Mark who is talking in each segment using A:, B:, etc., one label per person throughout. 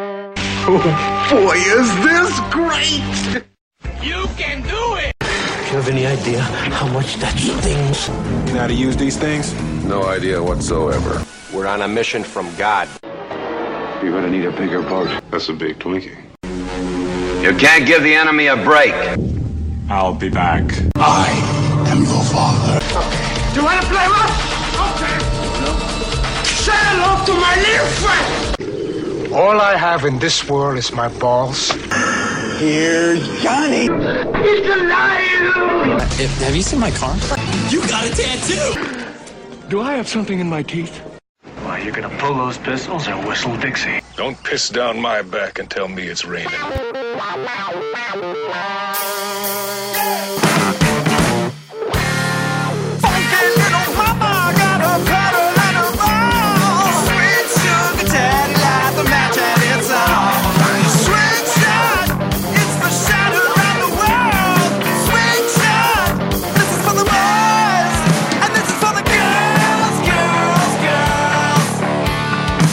A: Oh boy, is this great!
B: You can do it!
C: Do you have any idea how much that stings?
D: You know how to use these things?
E: No idea whatsoever.
F: We're on a mission from God.
G: You're gonna need a bigger boat.
E: That's a big Twinkie.
F: You can't give the enemy a break.
D: I'll be back.
H: I am your father.
B: Do you wanna play rough? Okay. No. Say hello to my little friend!
I: All I have in this world is my balls.
H: Here's Johnny.
B: He's alive!
J: If, have you seen my car?
K: You got a tattoo!
L: Do I have something in my teeth?
M: Why, you're gonna pull those pistols or whistle Dixie?
N: Don't piss down my back and tell me it's raining. Funky little mama got a pedal and a roll. Sweet sugar daddy, light the match and it's on. Sweet shot, it's the shadow around the world. Sweet shot, this is for the boys and this is for the girls, girls, girls.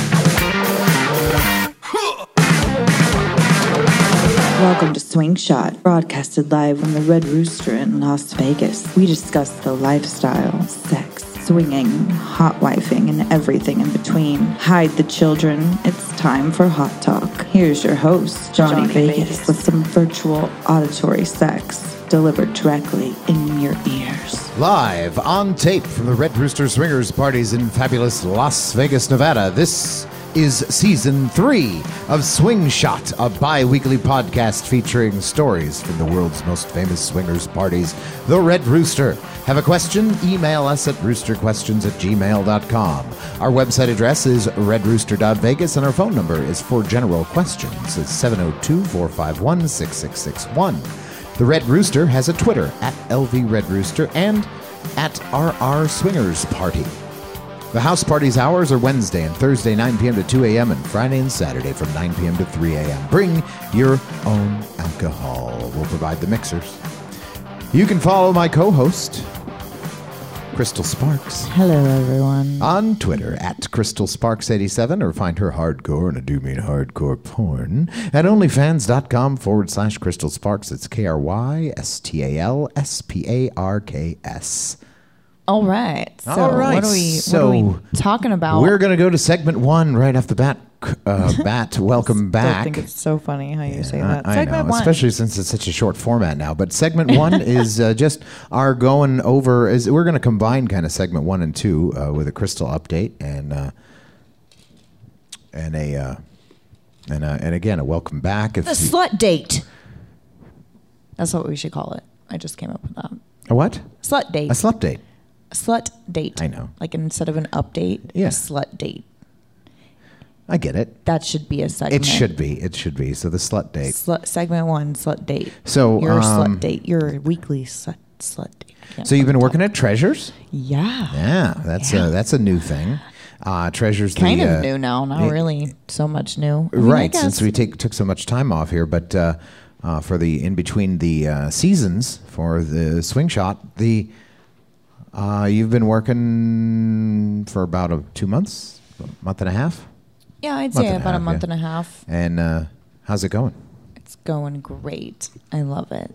O: Welcome to Swing Shot, broadcasted live from the Red Rooster in Las Vegas. We discuss the lifestyle, sex, swinging, hot wifing, and everything in between. Hide the children. It's time for Hot Talk. Here's your host, Johnny, Johnny Vegas, Vegas, with some virtual auditory sex delivered directly in your ears.
P: Live on tape from the Red Rooster Swingers parties in fabulous Las Vegas, Nevada. This is season three of Swing Shot, a bi weekly podcast featuring stories from the world's most famous swingers parties, The Red Rooster. Have a question? Email us at roosterquestions at gmail.com. Our website address is redrooster.vegas and our phone number is for general questions. oh It's 702 451 6661. The Red Rooster has a Twitter at LV Red Rooster and at RR Swingers Party. The house party's hours are Wednesday and Thursday, 9 p.m. to 2 a.m., and Friday and Saturday from 9 p.m. to 3 a.m. Bring your own alcohol. We'll provide the mixers. You can follow my co host, Crystal Sparks.
O: Hello, everyone.
P: On Twitter at Crystal Sparks87 or find her hardcore, and I do mean hardcore porn, at onlyfans.com forward slash Crystal Sparks. It's K R Y S T A L S P A R K S.
O: All right. So All right. What are we, so what are we talking about?
P: We're going to go to segment one right off the bat. Uh, bat, welcome back.
O: I think it's so funny how you yeah, say that.
P: I,
O: segment
P: know, one. especially since it's such a short format now. But segment one is uh, just our going over. Is we're going to combine kind of segment one and two uh, with a crystal update and uh, and a uh, and and again a welcome back.
O: If the you, slut date. That's what we should call it. I just came up with that.
P: A what?
O: Slut date.
P: A slut date
O: slut date.
P: I know.
O: Like instead of an update,
P: yeah.
O: slut date.
P: I get it.
O: That should be a segment.
P: It should be. It should be. So the slut date.
O: Slut, segment one, slut date.
P: So
O: your
P: um,
O: slut date, your weekly slut slut date.
P: So you've been working at Treasures.
O: Yeah.
P: Yeah, that's
O: yeah.
P: a that's a new thing. Uh, treasures
O: kind
P: the,
O: of uh, new now, not it, really so much new.
P: I mean, right, since we take, took so much time off here, but uh, for the in between the uh, seasons for the swing shot, the uh, you've been working for about a, two months, a month and a half.
O: Yeah, I'd say about a month and a half.
P: And, a half. and uh, how's it going?
O: It's going great. I love it.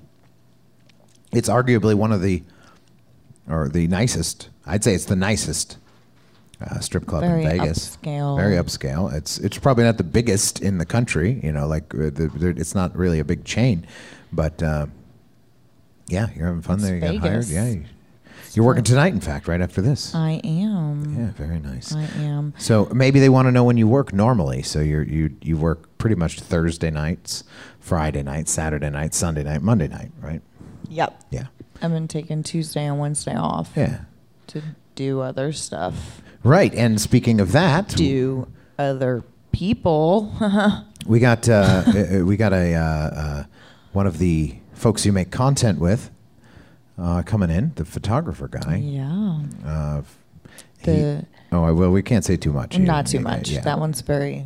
P: It's arguably one of the, or the nicest. I'd say it's the nicest uh, strip club
O: Very
P: in Vegas.
O: Upscale.
P: Very upscale. It's it's probably not the biggest in the country. You know, like uh, the, it's not really a big chain, but uh, yeah, you're having fun
O: it's
P: there. You
O: Vegas. Uh,
P: got hired. Yeah. You, you're working tonight, in fact, right after this.
O: I am.
P: Yeah, very nice.
O: I am.
P: So maybe they want to know when you work normally. So you you you work pretty much Thursday nights, Friday night, Saturday night, Sunday night, Monday night, right?
O: Yep.
P: Yeah.
O: I've been taking Tuesday and Wednesday off.
P: Yeah.
O: To do other stuff.
P: Right, and speaking of that,
O: do other people.
P: we got uh, we got a uh, uh, one of the folks you make content with. Uh, coming in, the photographer guy.
O: Yeah.
P: Uh, he,
O: The-
P: oh well, we can't say too much. He-
O: Not too
P: he-
O: much.
P: Yeah,
O: That one's very.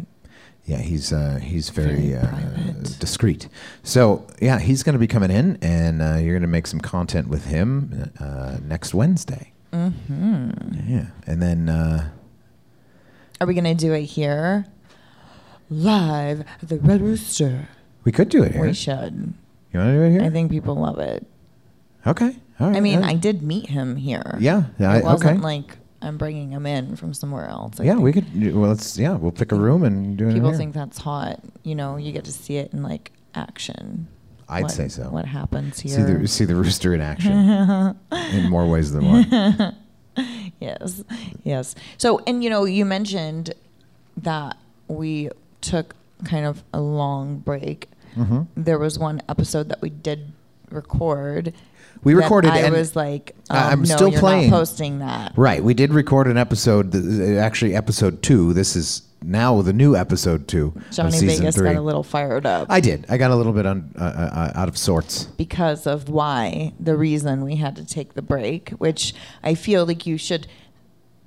P: yeah he's uh, he's very,
O: Very
P: uh,
O: private.
P: discreet. So yeah, he's going to be coming in, and uh, you're going to make some content with him uh, next Wednesday.
O: hmm
P: Yeah, and then uh,
O: Are we gonna do it here?
J: live at the Red Rooster.
P: We could do it here.
J: We should.
P: You want to do it here?
J: I think people love it.
P: Okay. All right.
J: I mean, I did meet him here.
P: Yeah. I,
J: it wasn't
P: okay.
J: like I'm bringing him in from somewhere else. I
P: yeah,
J: think
P: we could. Well, let's. Yeah, we'll pick a room and do it. in
J: people
P: here.
J: think that's hot. You know, you get to see it in like action.
P: I'd
J: What-
P: say so.
J: What happens
P: see
J: here?
P: the see the rooster in action in more ways than one.
J: yes, yes. So, and you know, you mentioned that we took kind of a long break.
P: Mhm.
J: There was one episode that we did record.
P: We
J: that
P: recorded
J: I
P: and
J: was like, um,
P: I- I'm
J: no,
P: still
J: you're
P: playing.
J: Not posting that.
P: Right. We did record an episode. th- Actually, episode two. This is now the new episode two of
J: Johnny
P: season
J: Vegas
P: three.
J: got a little fired up.
P: I did. I got a little bit un, uh, uh, uh, out of sorts.
J: because of why the reason we had to take the break, which I feel like you should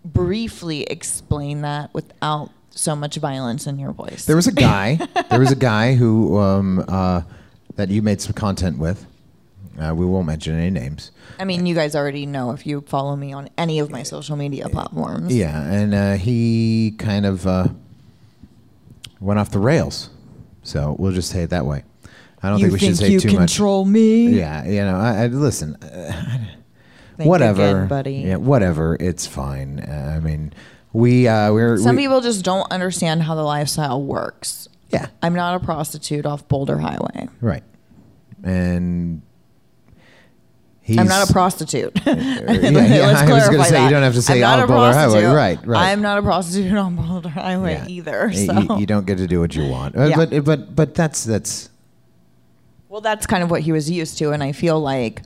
J: briefly explain that without so much violence in your voice.
P: There was a guy. there was a guy who um, uh, that you made some content with. Uh, we won't mention any names.
J: I mean, you guys already know if you follow me on any of my social media platforms.
P: Yeah, and uh, he kind of uh, went off the rails. So we'll just say it that way. I don't
J: You
P: think we should
J: think
P: say
J: you
P: too
J: control
P: much.
J: me?
P: Yeah, you know. I, I listen. Uh,
J: Think
P: whatever,
J: again, buddy.
P: Yeah, whatever. It's fine. Uh, I mean, we uh, we're
J: Some
P: we-
J: people just don't understand how the lifestyle works.
P: Yeah.
J: I'm not a prostitute off Boulder Highway.
P: right, and he's
J: I'm not a prostitute.
P: yeah, I was gonna say, you don't have to say
J: I'm not
P: on
J: a
P: Boulder Highway.
J: prostitute.
P: Right, right.
J: I'm not a prostitute on Boulder Highway either.
P: You-
J: So.
P: you, you don't get to do what you want. Uh,
J: Yeah.
P: But but but that's that's
J: Well, that's kind of what he was used to, and I feel like,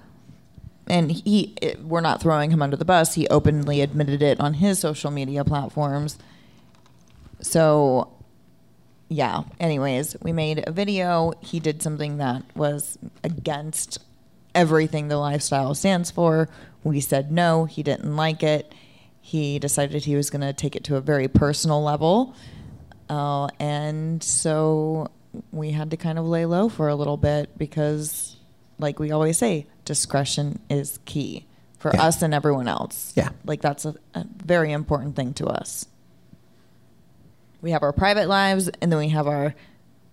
J: and he, it, we're not throwing him under the bus. He openly admitted it on his social media platforms. So, yeah. Anyways, we made a video. He did something that was against everything the lifestyle stands for. We said no. He didn't like it. He decided he was going to take it to a very personal level. Uh, and so we had to kind of lay low for a little bit because, like we always say, discretion is key for
P: Yeah.
J: us and everyone else.
P: Yeah.
J: Like that's a, a very important thing to us. We have our private lives and then we have our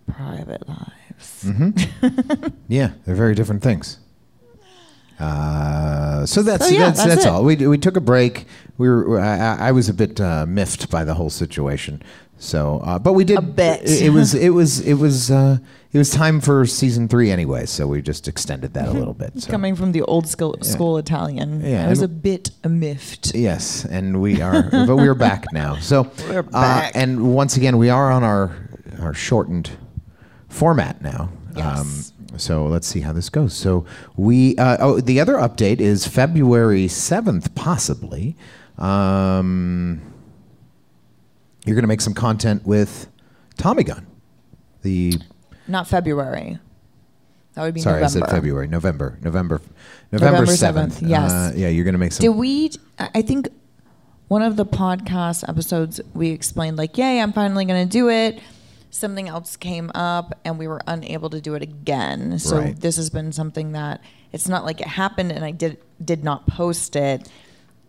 J: private lives.
P: Mhm. yeah, they're very different things. Uh, so that's
J: So, Oh, yeah,
P: that's,
J: that's
P: that's
J: it.
P: all. We we took a break. We were I, I- I was a bit uh, miffed by the whole situation. So, uh, but we did. A
J: bit.
P: It, it was it was it was uh, it was time for season three anyway. So we just extended that a little bit. So.
J: Coming from the old school, school Italian,
P: Yeah,
J: I was a
P: and-
J: bit miffed.
P: Yes, and we are, but we are back now. So,
J: We're back.
P: Uh, and once again, we are on our our shortened format now.
J: Yes.
P: Um, so let's see how this goes. So we uh, oh the other update is February seventh possibly. Um, you're going to make some content with Tommy Gun. The
J: Not February. That would be
P: sorry,
J: November.
P: I said February, November, November,
J: November
P: November seventh.
J: 7th, yes.
P: Uh, yeah, you're going to make some.
J: Did we? I I think one of the podcast episodes we explained like, "Yay, I'm finally going to do it." Something else came up, and we were unable to do it again. So
P: Right.
J: this has been something that it's not like it happened, and I did did not post it.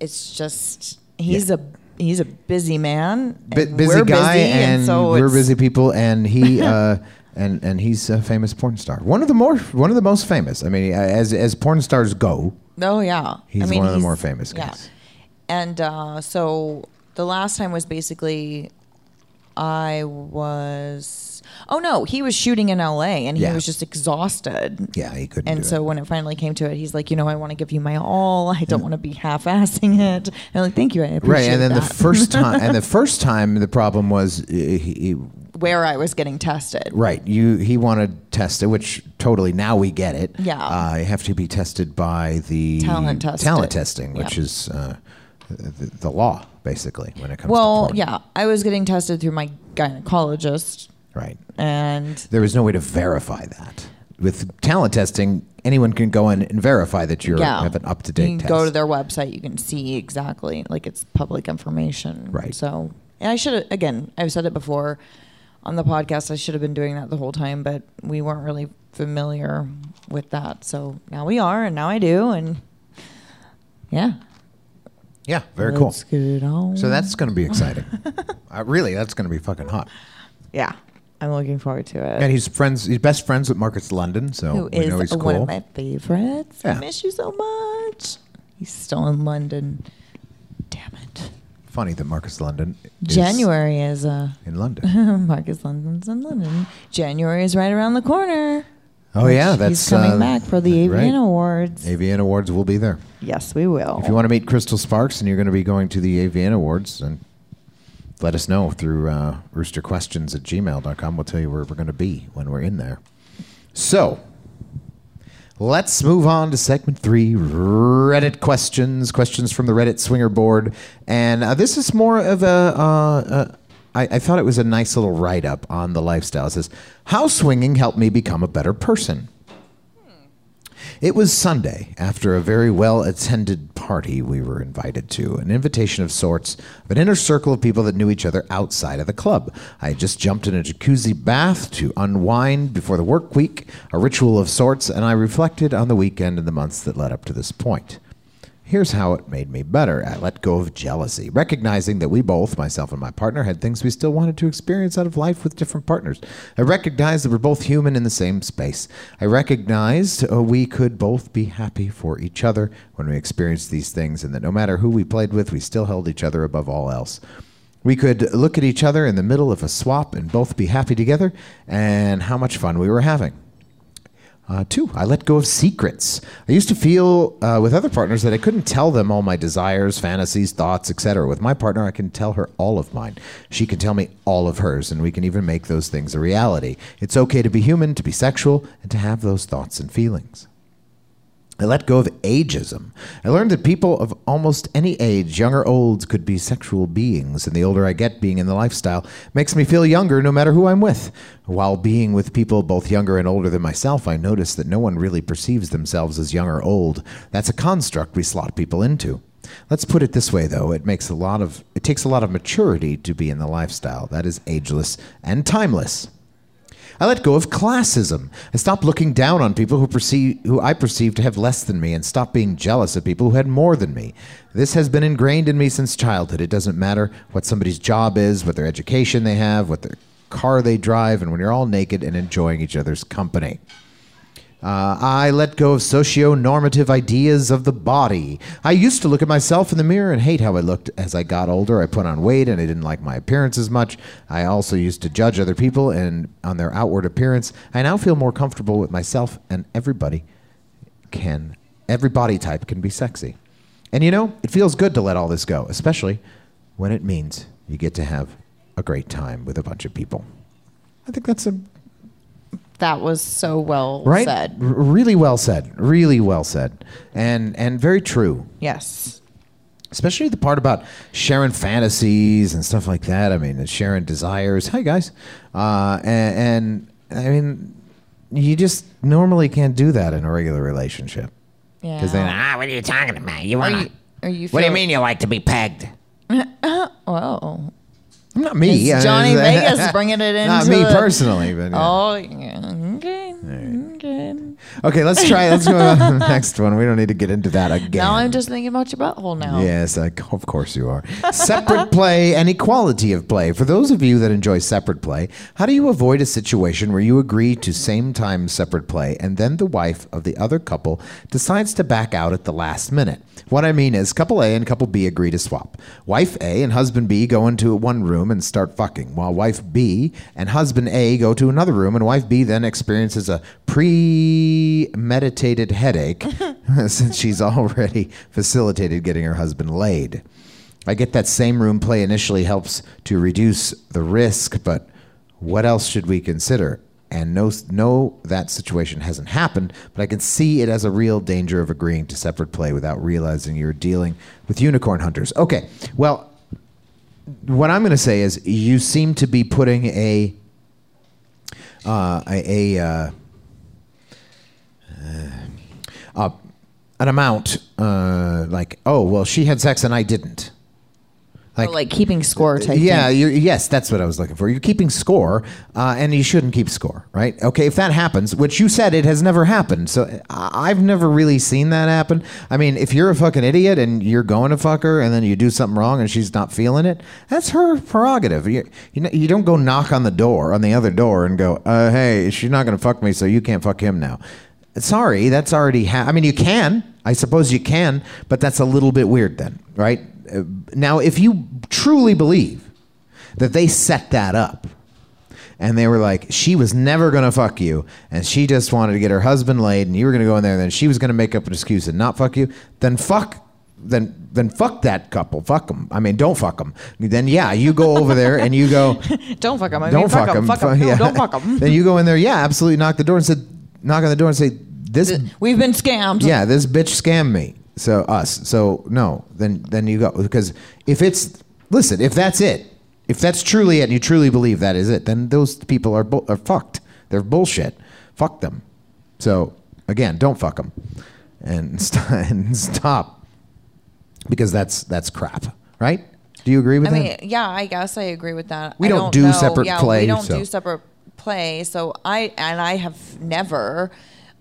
J: It's just he's
P: Yeah.
J: a he's a busy man,
P: Bu-
J: and
P: busy
J: we're
P: guy,
J: busy,
P: and,
J: so
P: we're
J: it's-
P: busy people, and he uh, and and he's a famous porn star. One of the more one of the most famous. I mean, as as porn stars go,
J: Oh yeah,
P: He's
J: I mean,
P: one of the
J: he's-
P: more famous guys.
J: Yeah, and uh, so the last time was basically, I was. Oh no, he was shooting in L.A. and he
P: Yeah.
J: was just exhausted.
P: yeah, he couldn't.
J: And
P: do
J: so
P: it.
J: when it finally came to it, he's like, you know, I want to give you my all. I don't want to be half-assing it. And I'm like, thank you, I appreciate
P: right, and then
J: that."
P: the first time, and the first time, the problem was uh, he, he
J: where I was getting tested.
P: right you he wanted tested, which totally now we get it.
J: Yeah.
P: uh, you have to be tested by the
J: Talent tested.
P: talent testing, which
J: Yeah.
P: is uh, the, the law basically when it comes. to
J: Well,
P: porn.
J: yeah, I was getting tested through my gynecologist,
P: right.
J: and
P: there was no way to verify that. With talent testing, anyone can go in and verify that you
J: yeah.
P: are have an up to
J: You
P: date
J: can
P: test.
J: Go to their website. You can see exactly like it's public information.
P: Right.
J: So, and I should have again. I've said it before on the podcast. I should have been doing that the whole time, but we weren't really familiar with that. So now we are, and now I do, and yeah,
P: yeah, very cool.
J: Let's get it on.
P: So that's going to be exciting. uh, really, that's going to be fucking hot.
J: yeah. I'm looking forward to it.
P: And he's friends. He's best friends with Marcus London, so
J: Who
P: we know he's
J: is
P: cool.
J: one of my favorites.
P: Yeah.
J: I miss you so much. He's still in London. Damn it.
P: Funny that Marcus London. Is
J: January is uh,
P: in London.
J: Marcus London's in London. January is right around the corner.
P: Oh yeah,
J: He's
P: that's
J: coming
P: uh,
J: back for the
P: right.
J: AVN Awards.
P: AVN Awards will be there.
J: Yes, we will.
P: If you want to meet Crystal Sparks and you're going to be going to the AVN Awards, then let us know through uh, roosterquestions at gmail.com. We'll tell you where we're going to be when we're in there. So let's move on to segment three Reddit questions, questions from the Reddit swinger board. And uh, this is more of a. Uh, uh, I, I thought it was a nice little write up on the lifestyle. It says, How swinging helped me become a better person. It was Sunday after a very well attended party we were invited to, an invitation of sorts of an inner circle of people that knew each other outside of the club. I had just jumped in a jacuzzi bath to unwind before the work week, a ritual of sorts, and I reflected on the weekend and the months that led up to this point. Here's how it made me better. I let go of jealousy, recognizing that we both, myself and my partner, had things we still wanted to experience out of life with different partners. I recognized that we're both human in the same space. I recognized uh, we could both be happy for each other when we experienced these things, and that no matter who we played with, we still held each other above all else. We could look at each other in the middle of a swap and both be happy together, and how much fun we were having. Uh, two, I let go of secrets. I used to feel uh, with other partners that I couldn't tell them all my desires, fantasies, thoughts, etc. With my partner, I can tell her all of mine. She can tell me all of hers, and we can even make those things a reality. It's okay to be human, to be sexual, and to have those thoughts and feelings. I let go of ageism. I learned that people of almost any age, young or old, could be sexual beings, and the older I get, being in the lifestyle makes me feel younger no matter who I'm with. While being with people both younger and older than myself, I notice that no one really perceives themselves as young or old. That's a construct we slot people into. Let's put it this way though, it makes a lot of it takes a lot of maturity to be in the lifestyle. That is ageless and timeless. I let go of classism. I stopped looking down on people who perceive who I perceive to have less than me and stopped being jealous of people who had more than me. This has been ingrained in me since childhood. It doesn't matter what somebody's job is, what their education they have, what their car they drive, and when you're all naked and enjoying each other's company. Uh, I let go of socio normative ideas of the body. I used to look at myself in the mirror and hate how I looked as I got older. I put on weight and I didn't like my appearance as much. I also used to judge other people and on their outward appearance. I now feel more comfortable with myself and everybody can every body type can be sexy. And you know, it feels good to let all this go, especially when it means you get to have a great time with a bunch of people. I think that's a
J: That was so well
P: right?
J: said.
P: R- really well said. Really well said, and and very true.
J: Yes.
P: Especially the part about sharing fantasies and stuff like that. I mean, and sharing desires. Hi guys, uh, and, and I mean, you just normally can't do that in a regular relationship.
J: Yeah.
P: Because then, ah, what are you talking about? You want?
J: you- are you
P: What do you
J: feel-
P: mean you like to be pegged?
J: Whoa.
P: Not me. I-
J: It's Johnny Vegas bringing it in.
P: Not me personally, but yeah.
J: Oh, yeah. Okay. Okay.
P: Okay, let's try. Let's go on to the next one. We don't need to get into that again.
J: Now I'm just thinking about your butthole now.
P: Yes, I, of course you are. separate play and equality of play. For those of you that enjoy separate play, how do you avoid a situation where you agree to same time separate play and then the wife of the other couple decides to back out at the last minute? What I mean is, couple A and couple B agree to swap. Wife A and husband B go into one room and start fucking, while wife B and husband A go to another room, and wife B then experiences a premeditated headache since she's already facilitated getting her husband laid. I get that same room play initially helps to reduce the risk, but what else should we consider? And no, no, that situation hasn't happened, but I can see it as a real danger of agreeing to separate play without realizing you're dealing with unicorn hunters. Okay, well, what I'm going to say is you seem to be putting a uh, a, a uh, uh, an amount uh, like oh well she had sex and I didn't
J: Like, oh, like keeping score type.
P: Yeah,
J: thing.
P: You're, yes, that's what I was looking for. You're keeping score, uh, and you shouldn't keep score, right? Okay, if that happens, which you said it has never happened, so I- I've never really seen that happen. I mean, if you're a fucking idiot and you're going to fuck her, and then you do something wrong and she's not feeling it, that's her prerogative. You you, know, you don't go knock on the door on the other door and go, uh, hey, she's not gonna fuck me, so you can't fuck him now. Sorry, that's already. Ha- I mean, you can. I suppose you can, but that's a little bit weird then, right? Uh, now, if you truly believe that they set that up and they were like, she was never going to fuck you and she just wanted to get her husband laid and you were going to go in there and then she was going to make up an excuse and not fuck you, then fuck. Then, then fuck that couple. Fuck them. I mean, don't fuck them. Then, yeah, you go over there and you go.
J: don't fuck them. I don't mean, fuck them. Fuck them. No, yeah. Don't fuck them.
P: then you go in there. Yeah, absolutely. Knock the door and say, knock on the door and say, this.
J: We've been scammed.
P: Yeah, this bitch scammed me so us so no then then you go because if it's listen if that's it if that's truly it and you truly believe that is it then those people are bu- are fucked they're bullshit fuck them so again don't fuck them and, st- and stop because that's that's crap right do you agree with
J: I
P: that
J: mean, yeah, I guess I agree with that.
P: We
J: I
P: don't, do
J: know.
P: separate
J: yeah,
P: play.
J: We don't
P: so.
J: do separate play. So I and I have never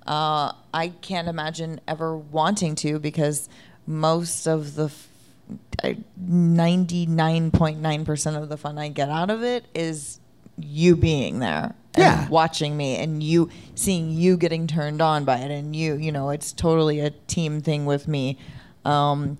J: uh, I can't imagine ever wanting to because most of the f- I- 99.9% of the fun I get out of it is you being there and
P: Yeah.
J: watching me and you seeing you getting turned on by it and you you know it's totally a team thing with me um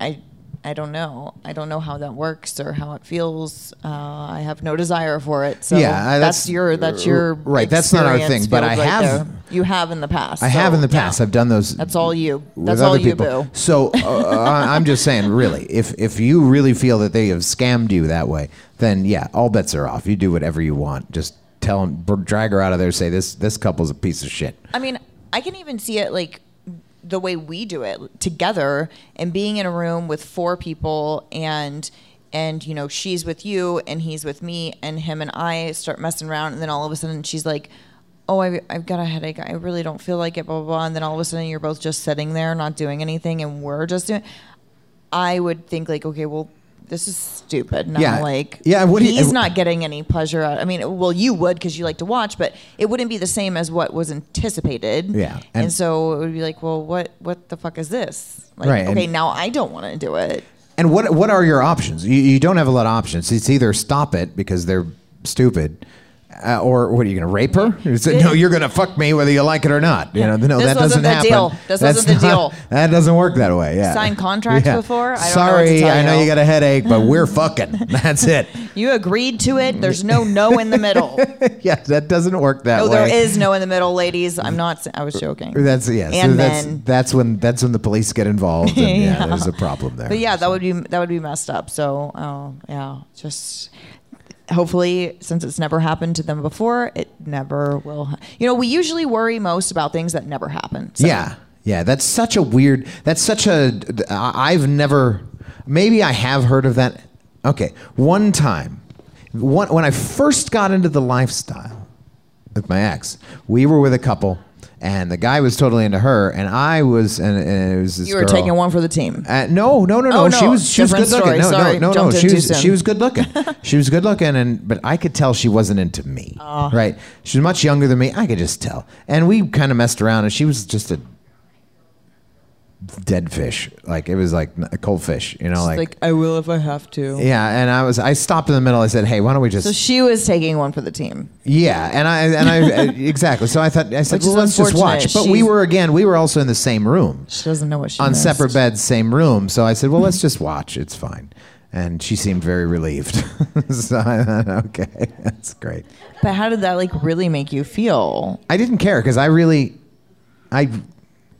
J: i i don't know i don't know how that works or how it feels uh i have no desire for it so
P: Yeah, I-
J: that's,
P: that's-
J: your that's your
P: right, that's not our
J: experience
P: thing, but
J: field
P: I
J: right
P: have-
J: there. you have in the past
P: I have
J: so,
P: in the
J: yeah.
P: past. I've done those.
J: That's all you.
P: with
J: That's
P: other
J: all you,
P: people.
J: boo.
P: So uh, I- I'm just saying, really, if if you really feel that they have scammed you that way, then yeah, all bets are off. You do whatever you want. Just tell them, drag her out of there. Say this this couple's a piece of shit.
J: I mean, I can even see it like the way we do it together and being in a room with four people and and you know she's with you and he's with me and him and I start messing around and then all of a sudden she's like oh I, I've got a headache I really don't feel like it blah blah blah and then all of a sudden you're both just sitting there not doing anything and we're just doing I would think like okay well this is stupid and
P: Yeah.
J: I'm like
P: Yeah, what do you-
J: he's not getting any pleasure out I mean well you would because you like to watch but it wouldn't be the same as what was anticipated
P: Yeah,
J: and,
P: and-
J: so it would be like, well, what what the fuck is this? Like,
P: Right,
J: okay,
P: and-
J: now I don't want to do it.
P: And what what are your options? You, you don't have a lot of options. It's either stop it because they're stupid, uh, or what are you going to rape her? You say, no, you're going to fuck me whether you like it or not. You know, no,
J: This
P: that
J: wasn't
P: doesn't
J: the
P: happen.
J: deal. This wasn't the deal.
P: That doesn't work that way. Yeah.
J: Sign contracts before? I don't know what
P: Sorry,
J: to tell
P: I know
J: you.
P: you got a headache, but we're fucking. That's it.
J: You agreed to it. There's no no in the middle.
P: yeah, that doesn't work that
J: No,
P: way.
J: there is no in the middle, ladies. I'm not. s- I was joking.
P: That's yeah. so
J: And
P: that's
J: then-
P: that's when that's when the police get involved. And, yeah,
J: Yeah.
P: there's a problem there.
J: But yeah, that would be that would be messed up. So, oh yeah, just hopefully since it's never happened to them before, it never will. ha- You know, we usually worry most about things that never happen. So-
P: Yeah, yeah. That's such a weird. That's such a. I- I've never. Maybe I have heard of that. Okay, one time, one, when I first got into the lifestyle with my ex, we were with a couple, and the guy was totally into her, and I was, and, and it was this
J: You were
P: girl-
J: taking one for the team.
P: Uh, no, no, no, no.
J: Oh,
P: She
J: no,
P: was she was good
J: different
P: looking.
J: story.
P: No,
J: Sorry,
P: no, no, no.
J: jumped
P: She
J: in too
P: was she
J: soon.
P: was good looking. she was good looking, and but I could tell she wasn't into me.
J: Aw.
P: Right? She was much younger than me. I could just tell. And we kind of messed around, and she was just a dead fish. Like it was like a cold fish. You know,
J: She's
P: like,
J: like I will if I have to.
P: yeah. And I was I stopped in the middle. I said, hey, why don't we just
J: So she was taking one for the team.
P: yeah, and I and I exactly. So I thought I said,
J: Which is
P: well, let's just watch.
J: unfortunate.
P: But we
J: She's-
P: were again, we were also in the same room,
J: She doesn't know what she
P: on
J: missed.
P: separate beds, same room. So I said, well, let's just watch. It's fine. And she seemed very relieved. so I thought, okay, that's great.
J: But how did that like really make you feel?
P: I didn't care because I really, I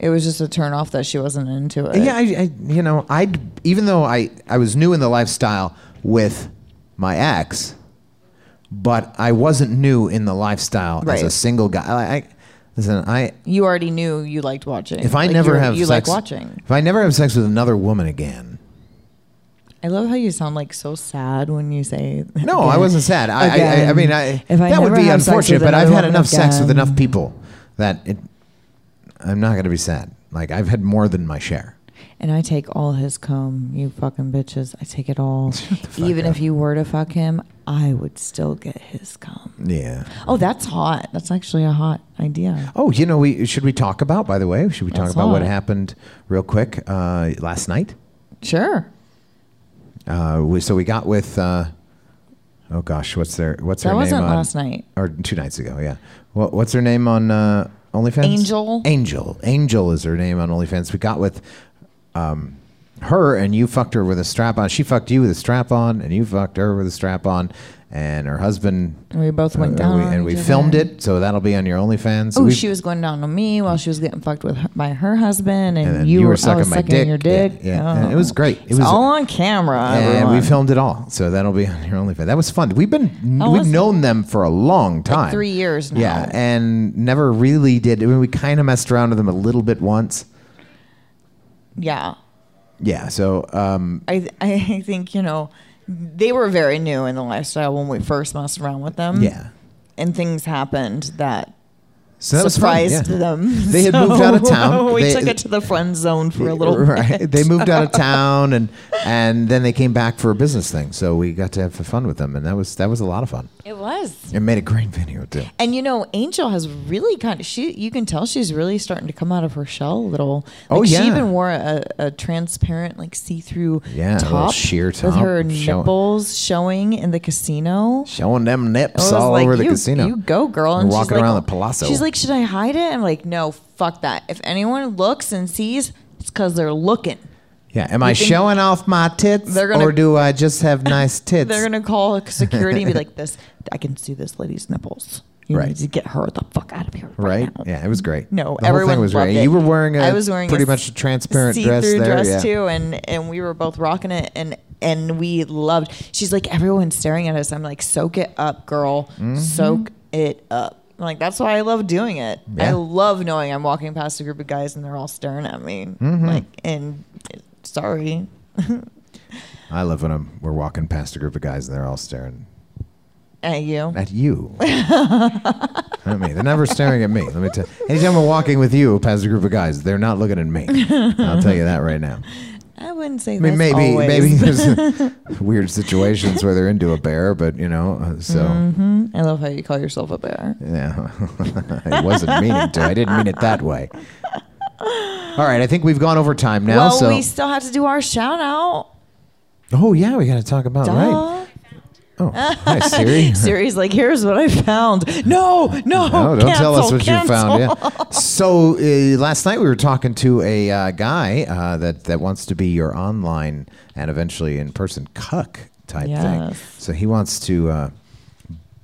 J: It was just a turn off that she wasn't into it.
P: Yeah, I, I you know, I even though I I was new in the lifestyle with my ex, but I wasn't new in the lifestyle as a
J: Right.
P: single guy. I, I listen, I
J: you already knew you liked watching.
P: if I
J: Like,
P: never
J: you,
P: have
J: you
P: sex,
J: like watching.
P: if I never have sex with another woman again,
J: I love how you sound like so sad when you say.
P: no, I wasn't sad. I, I, I, I mean, I,
J: If I
P: that would
J: never
P: be
J: have sex
P: unfortunate,
J: with
P: but I've had
J: another woman
P: enough sex with
J: again.
P: enough people that it, I'm not going to be sad. Like I've had more than my share.
J: and I take all his comb, you fucking bitches. I take it all. Even if you were to fuck him, I would still get his comb.
P: Yeah.
J: Oh, that's hot. That's actually a hot idea.
P: Oh, you know, we should we talk about? By the way, should we talk
J: That's
P: about what
J: hot.
P: happened real quick uh, last night?
J: Sure.
P: Uh, we, so we got with. Uh, oh gosh, what's their what's
J: That
P: her
J: wasn't
P: name? on-
J: last night.
P: or two nights ago. Yeah. What, what's her name on uh, OnlyFans?
J: Angel.
P: Angel. Angel is her name on OnlyFans. We got with um, her, and you fucked her with a strap on. She fucked you with a strap on, and you fucked her with a strap on, and her husband.
J: And we both went
P: uh,
J: down.
P: we- and we
J: each other.
P: filmed it, so that'll be on your OnlyFans.
J: Oh,
P: We've-
J: she was going down on me while she was getting fucked with her, by her husband, and,
P: And then
J: you,
P: you were
J: were, I was
P: sucking my
J: sucking
P: dick.
J: your dick. Oh.
P: Yeah, yeah. And it was great. It
J: it's
P: was-
J: all on camera.
P: and
J: everyone.
P: we filmed it all, so that'll be on your OnlyFans. That was fun. We've been
J: How
P: we've
J: was Oh, it?
P: known them for a long time,
J: three years now.
P: Yeah, and never really did. I mean, we kind of messed around with them a little bit once.
J: yeah.
P: Yeah, so um,
J: I I think you know they were very new in the lifestyle when we first messed around with them.
P: Yeah.
J: and things happened that.
P: So that was fun,
J: surprised
P: yeah.
J: them.
P: They had
J: So
P: moved out of town.
J: we
P: They-
J: took it to the friend zone for a little
P: right,
J: bit.
P: they moved out of town, and and then they came back for a business thing. So we got to have fun with them, and that was that was a lot of fun.
J: It was.
P: It made a great video too.
J: And you know, Angel has really kind of she. You can tell she's really starting to come out of her shell a little.
P: Oh,
J: Like,
P: yeah.
J: She even wore a, a transparent, like see-through
P: Yeah, a little
J: top,
P: sheer
J: with
P: top
J: her
P: show-
J: nipples showing in the casino.
P: Showing them
J: I was
P: nips all
J: like,
P: over the
J: you,
P: casino.
J: You go, girl. And she's
P: walking
J: like-
P: around the palazzo.
J: She's like, should I hide it? I'm like, no, fuck that. If anyone looks and sees, it's because they're looking.
P: Yeah, am
J: You
P: I
J: think-
P: showing off my tits,
J: They're gonna-
P: or do I just have nice tits?
J: They're gonna call security and be like, this. I can see this lady's nipples. You
P: Right.
J: need to get her the fuck out of here.
P: right? yeah, it was great.
J: No,
P: the
J: everyone
P: whole thing was
J: loved
P: great.
J: it.
P: You were wearing a
J: I was wearing
P: pretty
J: a
P: much a transparent dress
J: see-through
P: there.
J: dress
P: yeah.
J: too, and and we were both rocking it, and and we loved. She's like, everyone's staring at us. I'm like, soak it up, girl,
P: Mhm.
J: soak it up. I'm like, that's why I love doing it. I
P: Yeah.
J: love knowing I'm walking past a group of guys and they're all staring at me.
P: Mhm.
J: Like, and sorry,
P: I love when I'm, we're walking past a group of guys and they're all staring
J: at you.
P: at you. not me. They're never staring at me. Let me tell. Anytime we're walking with you past a group of guys, they're not looking at me. I'll tell you that right now.
J: I wouldn't say.
P: I mean,
J: that's
P: maybe
J: always.
P: maybe there's weird situations where they're into a bear, but you know, uh, so.
J: Mhm. I love how you call yourself a bear.
P: Yeah, I wasn't meaning to. I didn't mean it that way. All right, I think we've gone over time now.
J: well,
P: so,
J: we still have to do our shout out.
P: oh yeah, we got to talk about right.
J: Duh.
P: Oh, hi Siri.
J: Siri's like, here's what I found. No, no,
P: No, don't tell us
J: Oh, cancel,
P: what you found.
J: cancel.
P: Yeah. So uh, last night we were talking to a uh, guy uh, that that wants to be your online and eventually in person cuck type
J: Yes.
P: thing. So he wants to uh,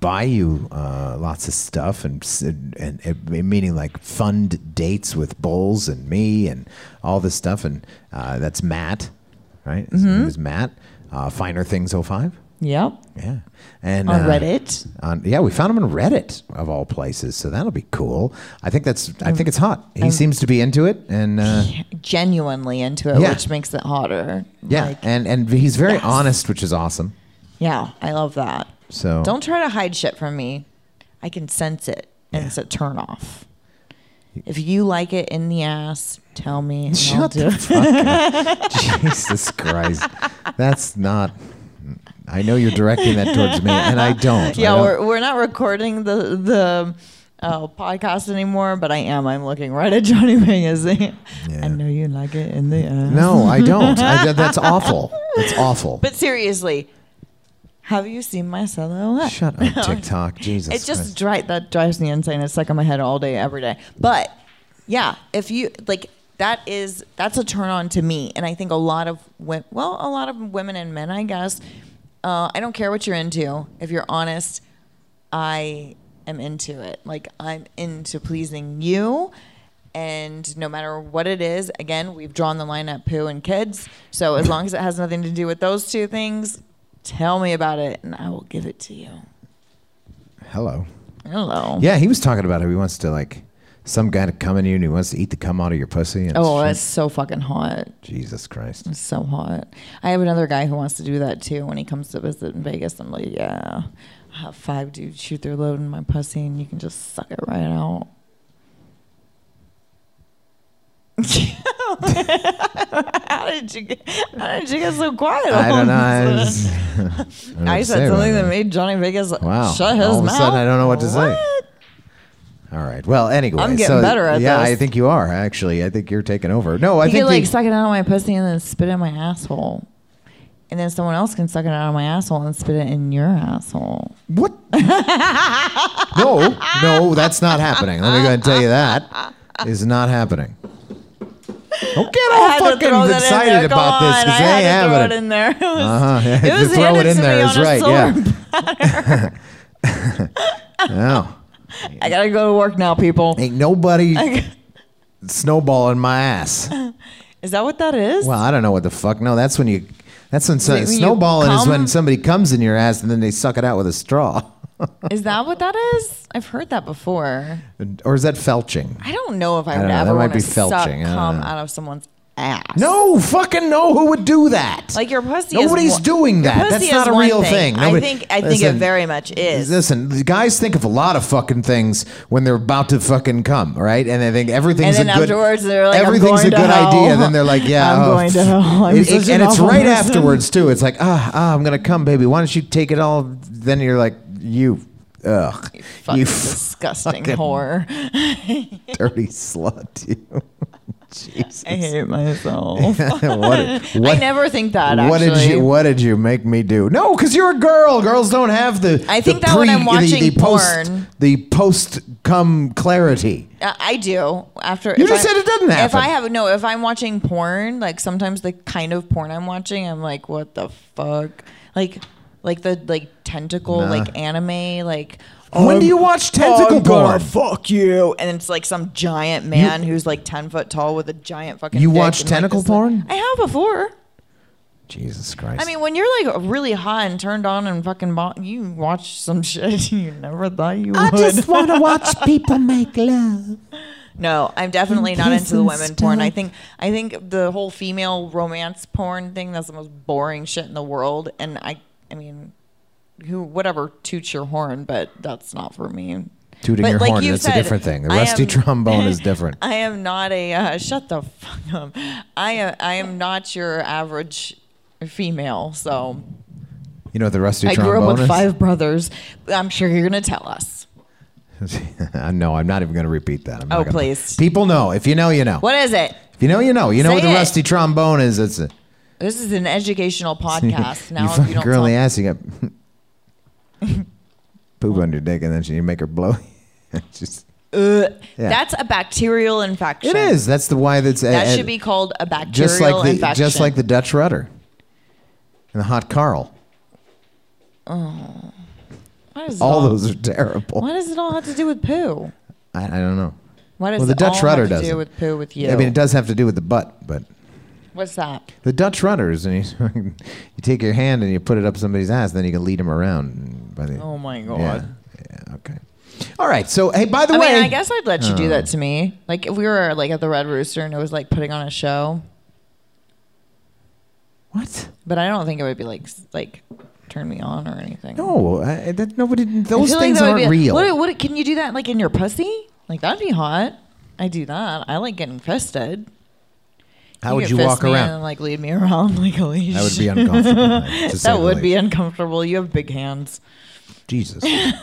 P: buy you uh, lots of stuff and, s- and and meaning like fund dates with Bowles and me and all this stuff and uh, that's Matt, right? His name
J: Mhm.
P: is Matt. Uh, Finer Things 05.
J: Yep.
P: Yeah. And uh,
J: On Reddit?
P: On, yeah, we found him on Reddit of all places, so that'll be cool. I think that's I think it's hot. He
J: I'm-
P: seems to be into it and uh,
J: Genuinely into it,
P: Yeah.
J: which makes it hotter.
P: yeah,
J: Like,
P: and and he's very
J: yes.
P: honest, which is awesome.
J: yeah, I love that.
P: So
J: Don't try to hide shit from me. I can sense it, and it's a turn off. If you like it in the ass, tell me. and I'll
P: Shut
J: do
P: the
J: it.
P: fuck up. Jesus Christ. That's not I know you're directing that towards me and I don't. I
J: Yeah,
P: don't-
J: we're we're not recording the the uh, podcast anymore, but I am. I'm looking right at Johnny Vegas. I know you like it in the ass.
P: No, I don't. I, that- that's awful. That's awful.
J: But seriously, have you seen my silhouette?
P: Shut up, TikTok. Jesus
J: it
P: Christ.
J: just dri- that drives me insane. It's stuck in my head all day, every day. But yeah, if you like, that is that's a turn on to me, and I think a lot of women, well, a lot of women and men, I guess. Uh, I don't care what you're into. If you're honest, I am into it. Like I'm into pleasing you. And no matter what it is, again, we've drawn the line at poo and kids. So as long as it has nothing to do with those two things, tell me about it and I will give it to you.
P: Hello.
J: Hello.
P: Yeah, he was talking about how he wants to like some guy to come in you and he wants to eat the cum out of your pussy. And
J: Oh,
P: shit.
J: that's so fucking hot.
P: Jesus Christ.
J: It's so hot. I have another guy who wants to do that too when he comes to visit in Vegas. I'm like, yeah, I have five dudes shoot their load in my pussy and you can just suck it right out. how did you get, how did you get so quiet?
P: I
J: all
P: don't know. I,
J: of a
P: was-
J: sudden?
P: I don't know
J: I
P: what to
J: said
P: say about
J: something that
P: that.
J: made Johnny Vegas
P: Wow.
J: shut his
P: All of
J: mouth.
P: a sudden, I don't know what to say.
J: What?
P: All right. Well, anyway,
J: I'm getting
P: so,
J: better at
P: yeah,
J: this.
P: I think you are actually. I think you're taking over. No, I
J: you
P: think
J: could like
P: the-
J: suck it out of my pussy and then spit it in my asshole. And then someone else can suck it out of my asshole and spit it in your asshole.
P: What? no, no, that's not happening. Let me go ahead and tell you that is not happening. Don't get
J: I
P: all
J: had to
P: fucking
J: throw that in
P: excited
J: there. Go
P: about this
J: on.
P: because
J: I
P: they
J: had to
P: ain't
J: throw
P: having
J: it in there. It was-
P: Uh-huh. Yeah, to throw it
J: it was handed
P: in
J: to
P: there
J: me
P: is
J: on a
P: right,
J: silver
P: yeah. wow.
J: I gotta go to work now, people.
P: Ain't nobody
J: I-
P: snowballing my ass.
J: Is that what that is?
P: Well, I don't know what the fuck. No, that's when you. That's when, some,
J: Wait, when you
P: snowballing is when
J: cum?
P: somebody comes in your ass and then they suck it out with a straw.
J: Is that what that is? I've heard that before.
P: or is that felching?
J: I don't know if I,
P: I don't
J: would
P: know. That
J: ever
P: might
J: want
P: be
J: to suck
P: felching. I don't
J: cum
P: know.
J: out of someone's ass.
P: No, fucking no. Who would do that?
J: Like your pussy.
P: Nobody's
J: is one-
P: doing
J: your
P: that.
J: pussy
P: That's
J: is
P: not a
J: one
P: real thing.
J: thing. I
P: Nobody-
J: think. I think it
P: Listen,
J: very much is.
P: Listen, the guys think of a lot of fucking things when they're about to fucking come, right? And they think
J: And
P: everything's
J: then
P: a good.
J: afterwards, they're like, I'm
P: everything's
J: going
P: a
J: to
P: good
J: hell.
P: idea. Then they're like, yeah,
J: I'm
P: oh,
J: going to hell. I'm
P: It-
J: such
P: it-
J: an
P: and it's
J: awful
P: right
J: person.
P: afterwards too. It's like, ah, ah, I'm gonna come, baby. Why don't you take it all? Then you're like, you, ugh, you,
J: Fucking disgusting
P: fucking
J: whore.
P: dirty slut, you. Jesus.
J: I hate myself.
P: what, what-
J: I never think that.
P: What
J: actually.
P: did you? What did you make me do? No, because you're a girl. Girls don't have the.
J: I
P: the
J: think that when
P: pre-
J: I'm watching
P: the, the
J: porn-
P: post, the post come clarity.
J: Uh, I do after.
P: You
J: if
P: just
J: I-
P: said it doesn't
J: If
P: happen.
J: I have no, if I'm watching porn, like sometimes the kind of porn I'm watching, I'm like, what the fuck, like, like the like tentacle,
P: Nah.
J: like anime, like.
P: When
J: oh,
P: do you watch
J: I'm
P: tentacle
J: gonna
P: porn?
J: Fuck you! And it's like some giant man who's like ten foot tall with a giant fucking.
P: You
J: dick
P: watch
J: and, like,
P: tentacle
J: this, like-
P: porn?
J: I have before.
P: Jesus Christ!
J: I mean, when you're like really hot and turned on and fucking, bo- you watch some shit you never thought you would.
P: to watch people make love.
J: No, I'm definitely not
P: Piss
J: into
P: and
J: the women porn. I
P: stuff.
J: think I think the whole female romance porn thing that's the most boring shit in the world. And I, I mean, who, whatever, toots your horn, but that's not for me.
P: Tooting
J: But
P: your
J: like
P: horn,
J: you
P: that's
J: said,
P: a different thing. The
J: I
P: rusty
J: am-
P: trombone is different.
J: I am not a uh, shut the fuck up. I am I am not your average female. So
P: You know what the rusty
J: I grew
P: trombone
J: up with
P: is?
J: five brothers. I'm sure you're gonna tell us.
P: no, I'm not even going to repeat that. I'm not
J: Oh,
P: gonna-
J: please.
P: People know. If you know, you know.
J: What is it?
P: If you know, you know. You know
J: Say
P: what the
J: it.
P: rusty trombone is. It's a
J: This is an educational podcast.
P: you
J: Now, if you
P: fucking
J: don't
P: girly
J: tell-
P: ass. You got poop on your dick, and then you make her blow. Just
J: Ugh.
P: Yeah.
J: That's a bacterial infection.
P: it is. That's the why. That's
J: That
P: uh,
J: should be called a bacterial
P: just like the
J: infection.
P: just like the Dutch rudder and the hot Carl.
J: Oh. Why does it
P: All
J: all-
P: those are terrible.
J: Why does it all have to do with poo?
P: I, I don't know.
J: Why does
P: well, the
J: it
P: Dutch
J: all
P: rudder
J: have to
P: doesn't.
J: do with poo with you?
P: I mean, it does have to do with the butt, but
J: What's that?
P: the Dutch rudders, and you you take your hand and you put it up somebody's ass, then you can lead them around. By the,
J: Oh my god.
P: Yeah. Yeah, okay. All right. So hey, by the
J: I
P: way,
J: mean, I guess I'd let you do
P: Oh.
J: that to me. Like if we were like at the Red Rooster and it was like putting on a show.
P: What?
J: But I don't think it would be like s- like turn me on or anything.
P: No, I, that nobody.
J: I
P: Those
J: feel like
P: things
J: that would
P: aren't
J: be-
P: real.
J: What, what, can you do that like in your pussy? Like that'd be hot. I do that. I like getting fisted.
P: How would
J: could
P: you
J: fist
P: walk
J: me
P: around?
J: And, like lead me around like a leash.
P: That would be uncomfortable, to say
J: that
P: the
J: would be
P: least.
J: uncomfortable. You have big hands.
P: Jesus.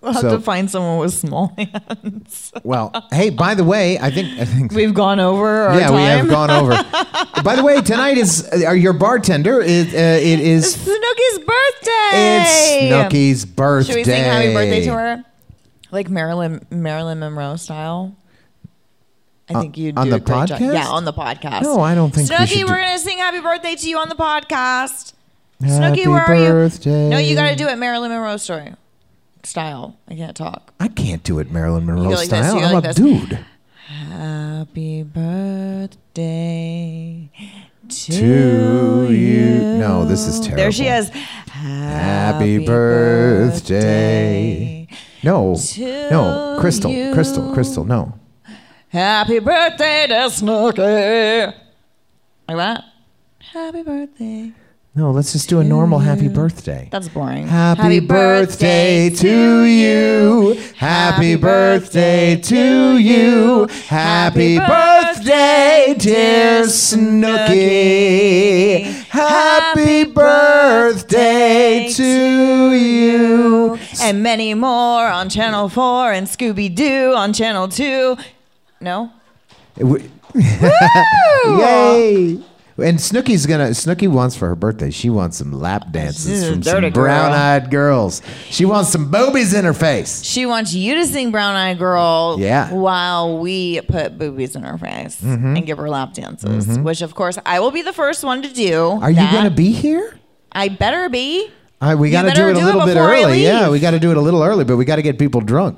J: We'll have
P: So-
J: to find someone with small hands.
P: well, hey, by the way, I think I think
J: We've gone over. Our
P: yeah, we have
J: time.
P: gone over. by the way, tonight is uh, your bartender. It, uh, it
J: It's
P: is
J: Snooki's birthday.
P: it's Snooky's birthday.
J: Should we sing happy birthday to her? Like Marilyn Marilyn Monroe style. I
P: Uh,
J: think you'd
P: on
J: do
P: the
J: a great job.
P: podcast?
J: Yeah, on the podcast.
P: No, I don't think we
J: Snooki,
P: should do-
J: are gonna sing happy birthday to you on the podcast.
P: Happy
J: Snooki, where are
P: birthday.
J: you? No, you gotta do it Marilyn Monroe story style. I can't talk.
P: I can't do it Marilyn Monroe
J: like this,
P: style.
J: you
P: I'm
J: like
P: a
J: this.
P: dude.
J: Happy birthday to,
P: To you. No, this is
J: There she
P: terrible.
J: is.
P: Happy birthday. No,
J: to
P: no, Crystal, Crystal, Crystal. No,
J: Happy birthday to Snooki. Like that. Happy birthday
P: No, let's just do a normal happy birthday.
J: That's boring.
P: Happy, birthday, to you. Happy birthday to you. Happy birthday, dear Snooky. Happy birthday to you.
J: And many more on Channel 4 and Scooby Doo on Channel 2. No?
P: It
J: Woo!
P: w- Yay! And Snooky's gonna. Snooky wants for her birthday. She wants some lap
J: She's
P: dances
J: a
P: from
J: dirty
P: some
J: girl.
P: brown-eyed girls. She wants some boobies in her face.
J: She wants you to sing Brown Eyed Girl
P: Yeah.
J: while we put boobies in her face
P: Mhm.
J: and give her lap dances,
P: Mhm.
J: which, of course, I will be the first one to do.
P: Are you gonna be here?
J: I better be.
P: Uh, we
J: You
P: got to do
J: better
P: it a
J: do it
P: little bit
J: before I
P: early. Yeah,
J: leave.
P: we got to do it a little early, but we got to get people drunk.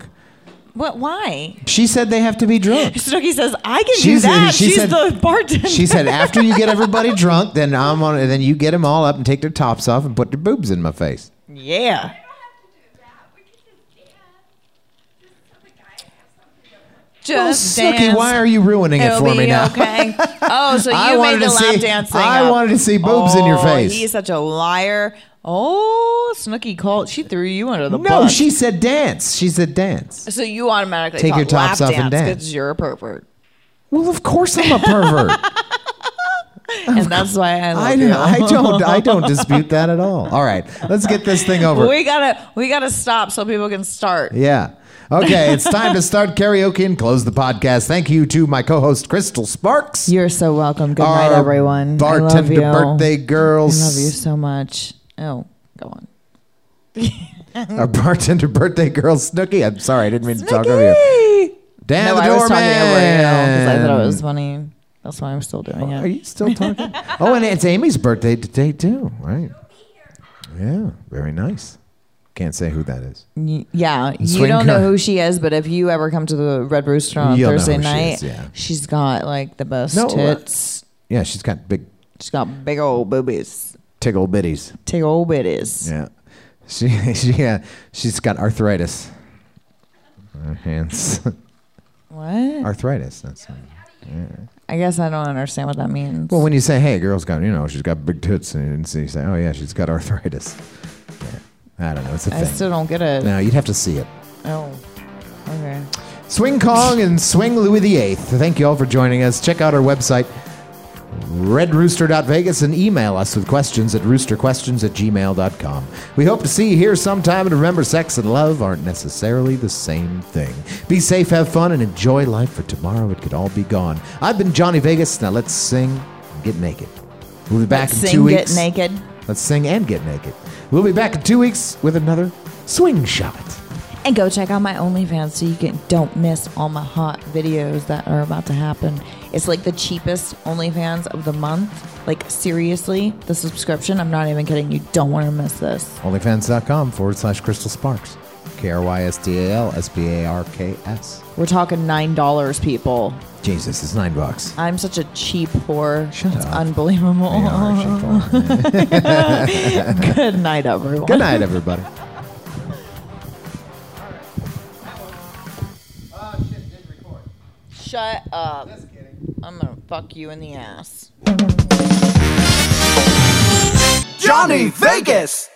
J: What? Why?
P: She said they have to be drunk.
J: Snooki says, I can
P: She's-
J: do that.
P: she
J: She's
P: said-
J: the bartender.
P: She said after you get everybody drunk, then I'm on, and then you get them all up and take their tops off and put their boobs in my face.
J: Yeah. Just
P: Snooki,
J: dance.
P: Oh, why are you ruining it
J: It'll
P: for
J: be
P: me now?
J: Okay. Oh, so
P: I
J: you
P: wanted
J: made the
P: to
J: lap
P: see-
J: dance thing
P: I
J: up.
P: wanted to see boobs in your
J: Oh,
P: face.
J: He's such a liar. Oh, Snooki called. She threw you under the
P: No,
J: bus.
P: she said dance. She said dance.
J: So you automatically
P: Take
J: thought
P: your tops
J: lap
P: off and dance.
J: because you're a pervert,
P: Well, of course I'm a pervert.
J: and that's why I love
P: I,
J: you.
P: I don't. I don't dispute that at all. All right, let's get this thing over.
J: We gotta we gotta stop so people can start.
P: Yeah. Okay, it's time to start karaoke and close the podcast. Thank you to my co-host Crystal Sparks.
J: You're so welcome. Good night,
P: our
J: everyone. I love
P: Bartender
J: you.
P: birthday girls.
J: I love you so much. Oh, go on.
P: Our bartender birthday girl Snooky. I'm sorry, I didn't mean to talk over you. Dan
J: no,
P: the
J: I was talking over you because I thought
P: doorman.
J: it was funny. That's why I'm still doing it.
P: Are you still talking? oh, and it's Amy's birthday today too. Right. Yeah. Very nice. Can't say who that is.
J: Y- Yeah, you
P: Swing
J: don't know
P: her.
J: who she is, but if you ever come to the Red Rooster on
P: You'll know
J: Thursday
P: who she
J: night,
P: is, yeah.
J: she's got like the best
P: No, uh,
J: tits.
P: Yeah, she's got big
J: She's got big old boobies.
P: tickle bitties.
J: Take old bitties.
P: Yeah. She, she yeah, she's got arthritis. Her hands.
J: What?
P: arthritis. That's yeah.
J: I guess I don't understand what that means.
P: Well, when you say, "Hey, girl's got you know she's got big tits," and so you say, "Oh yeah, she's got arthritis." Yeah. I don't know. It's a
J: I
P: thing.
J: still don't get it.
P: No, you'd have to see it.
J: Oh, okay.
P: Swing Kong and Swing Louis VIII. Thank you all for joining us. Check out our website, redrooster.vegas, and email us with questions at roosterquestions at gmail.com. We hope to see you here sometime, and remember, sex and love aren't necessarily the same thing. Be safe, have fun, and enjoy life, for tomorrow it could all be gone. I've been Johnny Vegas. Now let's sing and get naked. We'll be back
J: Let's
P: in
J: sing,
P: two
J: get
P: weeks.
J: naked.
P: Let's sing and get naked. We'll be back in two weeks with another swing shot.
J: And go check out my OnlyFans so you can don't miss all my hot videos that are about to happen. It's like the cheapest OnlyFans of the month. Like seriously, the subscription. I'm not even kidding. You don't want to miss this.
P: OnlyFans.com forward slash Crystal Sparks. K R Y S T A L S P A R K S.
J: We're talking nine dollars, people.
P: Jesus, it's nine bucks.
J: I'm such a cheap whore. it's
P: up.
J: unbelievable.
P: They are cheap
J: Good night, everyone.
P: Good night, everybody.
J: Shut up. I'm gonna fuck you in the ass.
N: Johnny Vegas!